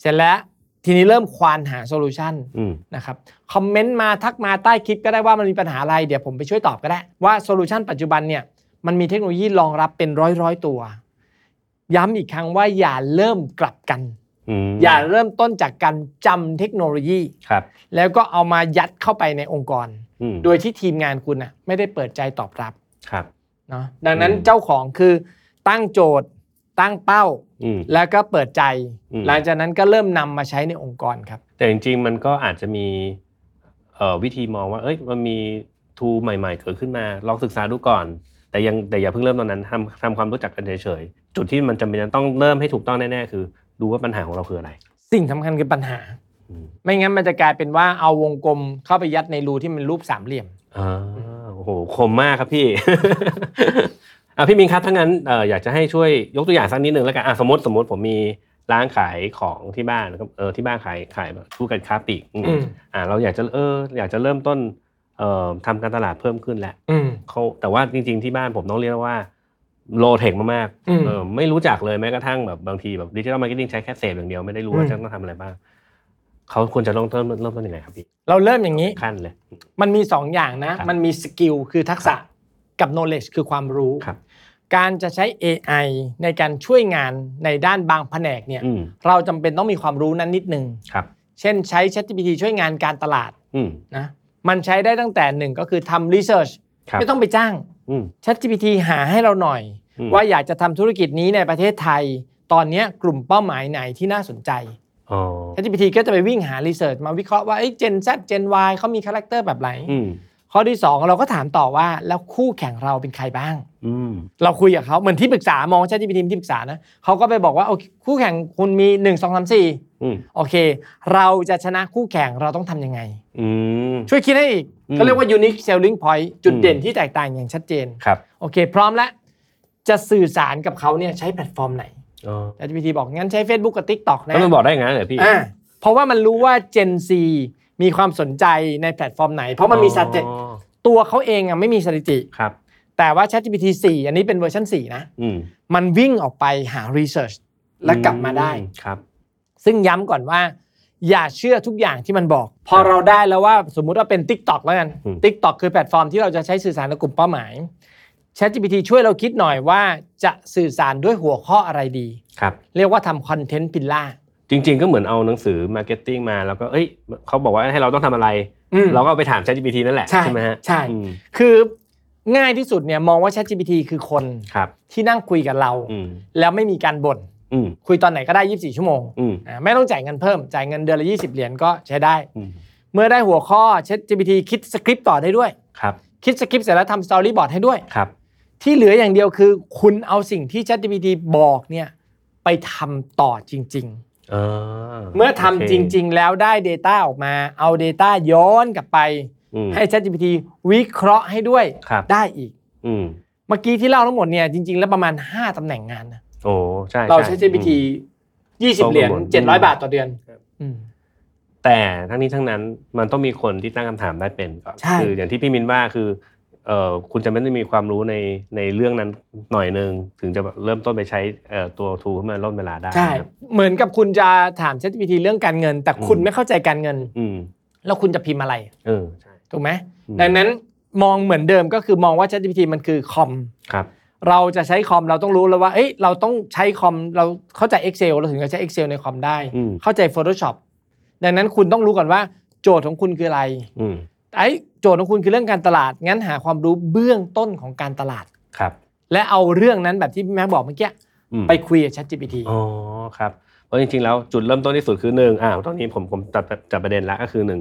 Speaker 1: เสร็จแล้วทีนี้เริ่มควานหาโซลูชัน
Speaker 2: อืม
Speaker 1: นะครับคอมเมนต์มาทักมาใต้คลิปก็ได้ว่ามันมีปัญหาอะไร เดี๋ยวผมไปช่วยตอบก็ได้ ว่าโซลูชันปัจจุบันเนี่ยมันมีเทคโนโลยีรองรับเป็นร้อยร้อยๆตัว ย้ำอีกครั้งว่าอย่าเริ่มกลับกัน
Speaker 2: อืม
Speaker 1: อย่าเริ่มต้นจากการจำเทคโนโลยี
Speaker 2: ครับ
Speaker 1: แล้วก็เอามายัดเข้าไปในองค์กร
Speaker 2: อืม
Speaker 1: โดยที่ทีมงานคุณน่ะไม่ได้เปิดใจตอบรับ
Speaker 2: ครับ
Speaker 1: เนาะดังนั้น
Speaker 2: อืม
Speaker 1: เจ้าของคือตั้งโจทย์ ตั้งเป้า
Speaker 2: อืม
Speaker 1: แล้วก็เปิดใจ
Speaker 2: อืม
Speaker 1: หลังจากนั้นก็เริ่มนำมาใช้ในองค์กรครับ
Speaker 2: แต่จริงๆมันก็อาจจะมีเอ่อวิธีมองว่า เอ้ยมันมีทูใหม่ๆเกิดขึ้นมาลองศึกษาดูก่อน แต่ยังแต่อย่าเพิ่งเริ่มตอนนั้นทำทำความรู้จักกันเฉยๆจุดที่มันจำเป็นจะต้องเริ่มให้ถูกต้องแน่ๆคือ ดูว่าปัญหาของเราคืออะไร
Speaker 1: สิ่งสำคัญคือปัญหา
Speaker 2: อืม
Speaker 1: ไม่งั้นมันจะกลายเป็นว่าเอาวงกลมเข้าไปยัดในรูที่มันรูปสามเหลี่ยม
Speaker 2: อ่าโอ้โหคมมากครับพี่ อ่ะพี่มิงครับถ้างั้นเอ่ออยากจะให้ช่วยยกตัวอย่างสักนิดหนึ่งแล้วกันอ่ะสมมติสมมติผมมีร้านขายของที่บ้านนะครับเออที่บ้านขายขายแบบธุรกิจค้าปลีกอืม
Speaker 1: อืม
Speaker 2: อ่าเราอยากจะเอออยากจะเริ่มต้นเอ่อทำการตลาดเพิ่มขึ้นแหละ
Speaker 1: อืม
Speaker 2: เขาแต่ว่าจริงๆที่บ้านผมต้องเรียกว่าโลเทคมาก
Speaker 1: อืม
Speaker 2: ๆเออไม่รู้จักเลยแม้กระทั่งแบบบางทีแบบดิจิทัลมาร์เก็ตติ้งใช้แค่เสพอย่างเดียวไม่ได้รู้ว่า
Speaker 1: อืม
Speaker 2: จะต้องทำอะไรบ้างเขาควรจะเริ่มต้นเริ่มต้นยังไงครับพี่
Speaker 1: เราเริ่มอย่างนี้
Speaker 2: ขั้นเลย
Speaker 1: มันมีสองอย่างนะ
Speaker 2: ครับ
Speaker 1: มันมีสกิลคือทักษะกับ knowledge คือความรู้
Speaker 2: ครับ
Speaker 1: การจะใช้ AI ในการช่วยงานในด้านบางแผนกเนี่ย
Speaker 2: อืม
Speaker 1: เราจำเป็นต้องมีความรู้นั้นนิดนึง
Speaker 2: ครับ
Speaker 1: เช่นใช้ ChatGPT ช่วยงานการตลาด
Speaker 2: อืม
Speaker 1: นะ มันใช้ได้ตั้งแต่หนึ่งก็คือทำ research
Speaker 2: ครับ
Speaker 1: ไม่ต้องไปจ้าง
Speaker 2: อืม
Speaker 1: ChatGPT หาให้เราหน่อย
Speaker 2: อืม
Speaker 1: ว่าอยากจะทำธุรกิจนี้ในประเทศไทย ตอนเนี้ยกลุ่มเป้าหมายไหนที่น่าสนใจ
Speaker 2: อ๋อ
Speaker 1: ChatGPT ก็จะไปวิ่งหา research มาวิเคราะห์ว่าเอ้ย Gen Z Gen Y เขามีคาแรคเตอร์แบบไหน
Speaker 2: อืม
Speaker 1: ข้อที่ 2 เราก็ถามต่อว่าแล้วคู่แข่งเราเป็นใครบ้าง
Speaker 2: อืม
Speaker 1: เราคุยกับเขาเหมือนที่ปรึกษามอง ChatGPT เป็นที่ปรึกษานะเขาก็ไปบอกว่าโอเคคู่แข่งคุณมี 1 2 3 4
Speaker 2: อืม
Speaker 1: โอเค เราจะชนะคู่แข่งเราต้องทำยังไง
Speaker 2: อืม
Speaker 1: ช่วยคิดให้อีก
Speaker 2: อืม
Speaker 1: เขาเรียกว่า unique selling point จุด
Speaker 2: อืม
Speaker 1: เด่นที่แตกต่างอย่างชัดเจน
Speaker 2: ครับ
Speaker 1: โอเค พร้อมแล้ว จะสื่อสารกับเขาเนี่ยใช้แพลตฟอร์มไหน
Speaker 2: อ๋อ
Speaker 1: แต่วิธีบอกงั้นใช้ Facebook กับ TikTok นะ
Speaker 2: แล้วมันบอกได้ไงเหรอพี่
Speaker 1: อ่าเพราะว่ามันรู้ว่า Gen Z มีความสนใจในแพลตฟอร์มไหน เพราะมันมีสถิติ
Speaker 2: อ๋อ
Speaker 1: ตัวเขาเองอะไม่มีสถิติ
Speaker 2: ครับ
Speaker 1: แต่ว่า ChatGPT 4 อันนี้เป็นเวอร์ชัน4นะ
Speaker 2: อืม
Speaker 1: มันวิ่งออกไปหา research และกลับมาได้
Speaker 2: อืครับ
Speaker 1: ซึ่งย้ำก่อนว่า อย่าเชื่อทุกอย่างที่มันบอก พอเราได้แล้วว่าสมมุติว่าเป็น Tik t o อกแล้วกัน
Speaker 2: อืม
Speaker 1: Tik t o อกคือแพลตฟอร์มที่เราจะใช้สื่อสารกับกลุ่มเป้าหมาย ChatGPT ช่วยเราคิดหน่อยว่าจะสื่อสารด้วยหัวข้ออะไรดี
Speaker 2: ครับ
Speaker 1: เรียกว่าทำคอนเทนต์พิลล่า
Speaker 2: จริง ๆ ก็เหมือนเอาหนังสือมาร์เก็ตติ้งมาแล้วก็เอ้ยเขาบอกว่าให้เราต้องทำอะไร
Speaker 1: อืม
Speaker 2: เราก็เอาไปถาม ChatGPT นั่นแหละ
Speaker 1: ใช่
Speaker 2: ใช่ไหมฮะ
Speaker 1: ใช่
Speaker 2: อืม
Speaker 1: คือง่ายที่สุดเนี่ยมองว่า ChatGPT คือคน
Speaker 2: ครับ
Speaker 1: ที่นั่งคุยกับเรา
Speaker 2: อืม
Speaker 1: แล้วไม่มีการบ่น
Speaker 2: อืม
Speaker 1: คุยตอนไหนก็ได้ 24 ชั่วโมง
Speaker 2: อืม
Speaker 1: อ่าไม่ต้องจ่ายเงินเพิ่ม จ่ายเงินเดือนละ 20 เหรียญก็ใช้ได้
Speaker 2: อืม
Speaker 1: เมื่อได้หัวข้อ ChatGPT คิดสคริปต์ต่อได้ด้วย
Speaker 2: ครับ
Speaker 1: คิดสคริปต์เสร็จแล้วทำสตอรี่บอร์ดให้ด้วย
Speaker 2: ครับ
Speaker 1: ที่เหลืออย่างเดียวคือ คุณเอาสิ่งที่ ChatGPT บอกเนี่ยไปทำต่อจริง
Speaker 2: เออ
Speaker 1: ๆ เมื่อทำจริง ๆ แล้วได้ Data ออกมาเอา Data ย้อนกลับไป
Speaker 2: ๆอืม
Speaker 1: ให้ ChatGPT วิเคราะห์ให้ด้วย
Speaker 2: ครับ
Speaker 1: ได้อีก
Speaker 2: อืม
Speaker 1: เมื่อกี้ที่เล่าทั้งหมดเนี่ยจริง ๆ แล้วประมาณ 5ตำแหน่งงานนะ
Speaker 2: โอ้ใช่
Speaker 1: เราใช้
Speaker 2: ช่
Speaker 1: GPT
Speaker 2: อืม
Speaker 1: 20 เหรียญ
Speaker 2: ตรงกันหมด
Speaker 1: 700 บาทต่อเดือนอืม
Speaker 2: แต่ทั้งนี้ทั้งนั้นมันต้องมีคนที่ตั้งคำถามได้เป็นก่อน
Speaker 1: ใช่
Speaker 2: คืออย่างที่พี่มินว่าคือเอ่อคุณจะไม่ได้มีความรู้ในในเรื่องนั้นหน่อยหนึงถึงจะแบบเริ่มต้นไปใช้เอ่อตัวทูเพื่อมาลดเวลาได้
Speaker 1: ใช่
Speaker 2: ครับ
Speaker 1: เหมือนกับคุณจะถาม ChatGPT เรื่องการเงิน แต่คุณ
Speaker 2: อืม
Speaker 1: ไม่เข้าใจการเงิน
Speaker 2: อืม
Speaker 1: แล้วคุณจะพิมพ์อะไร
Speaker 2: เออใช่
Speaker 1: ถูกไหม
Speaker 2: อืม
Speaker 1: ดังนั้นมองเหมือนเดิมก็คือมองว่า ChatGPT มันคือคอม
Speaker 2: ครับ
Speaker 1: เราจะใช้คอมเราต้องรู้แล้วว่า เอ้ย เราต้องใช้คอม เราเข้าใจ Excel เราถึงจะใช้ Excel ในคอมได้
Speaker 2: อืม
Speaker 1: เข้าใจ Photoshop ดังนั้นคุณต้องรู้ก่อนว่าโจทย์ของคุณคืออะไร
Speaker 2: อืม
Speaker 1: ไอ้โจทย์ของคุณคือเรื่องการตลาด งั้นหาความรู้เบื้องต้นของการตลาด
Speaker 2: ครับ
Speaker 1: และเอาเรื่องนั้นแบบที่พี่แม็กบอกเมื่อกี้
Speaker 2: อืม
Speaker 1: ไปคุยกับ ChatGPT
Speaker 2: อ๋อครับเพราะจริงๆแล้วจุดเริ่มต้นที่สุดคือหนึ่งอ่าวตอนนี้ผมผมจับจับประเด็นละก็คือหนึ่ง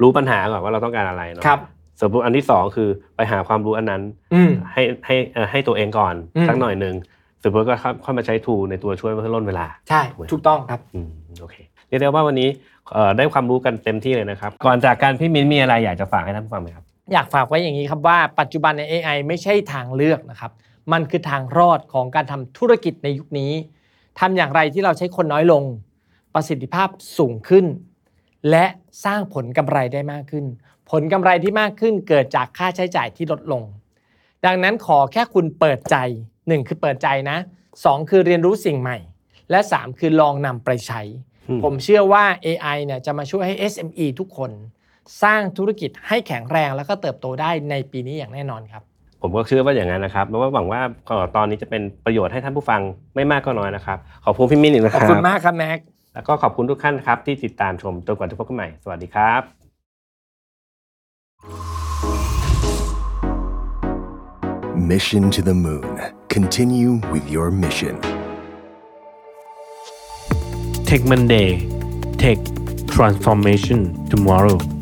Speaker 2: รู้ปัญหาก่อนว่าเราต้องการอะไรเนาะ
Speaker 1: ครับ
Speaker 2: สมมติอันที่สองคือไปหาความรู้อันนั้น
Speaker 1: อืม
Speaker 2: ให้ให้เอ่อให้ตัวเองก่อน
Speaker 1: อืม
Speaker 2: สักหน่อยหนึ่งสมมติก็เข้าเข้ามาใช้ทูในตัวช่วยเพื่อลดเวลา
Speaker 1: ใช่ ถูกต้องครับ
Speaker 2: อืมโอเคเรียกได้ว่าวันนี้เอ่อได้ความรู้กันเต็มที่เลยนะครับ ก่อนจากการพี่มิ้นมีอะไรอยากจะฝากให้ท่านผู้ฟังไหมครับ
Speaker 1: อยากฝากไว้อย่างนี้ครับว่าปัจจุบันใน AI ไม่ใช่ทางเลือกนะครับ มันคือทางรอดของการทำธุรกิจในยุคนี้ทำอย่างไรที่เราใช้คนน้อยลง ประสิทธิภาพสูงขึ้น และสร้างผลกำไรได้มากขึ้น ผลกำไรที่มากขึ้นเกิดจากค่าใช้จ่ายที่ลดลง ดังนั้นขอแค่คุณเปิดใจหนึ่งคือเปิดใจนะสองคือเรียนรู้สิ่งใหม่ และสามคือลองนำไปใช้
Speaker 2: อืม
Speaker 1: ผมเชื่อว่า AI เนี่ยจะมาช่วยให้ SME ทุกคน สร้างธุรกิจให้แข็งแรงแล้วก็เติบโตได้ในปีนี้อย่างแน่นอนครับ
Speaker 2: ผมก็เชื่อว่าอย่างนั้นนะครับแล้วก็หวังว่าเอ่อตอนนี้จะเป็นประโยชน์ให้ท่านผู้ฟังไม่มากก็น้อยนะครับขอบคุณพี่มิ้นอีกนะ
Speaker 1: ข
Speaker 2: ค
Speaker 1: อบ
Speaker 2: รับ
Speaker 1: คุณมากครับแม็ก
Speaker 2: แล้วก็ขอบคุณทุกท่านครับ ที่ติดตามชมจนกว่าจะพบกันใหม่ สวัสดีครับ
Speaker 3: Mission to the moon. Continue with your mission.
Speaker 4: Take Monday. Take transformation tomorrow.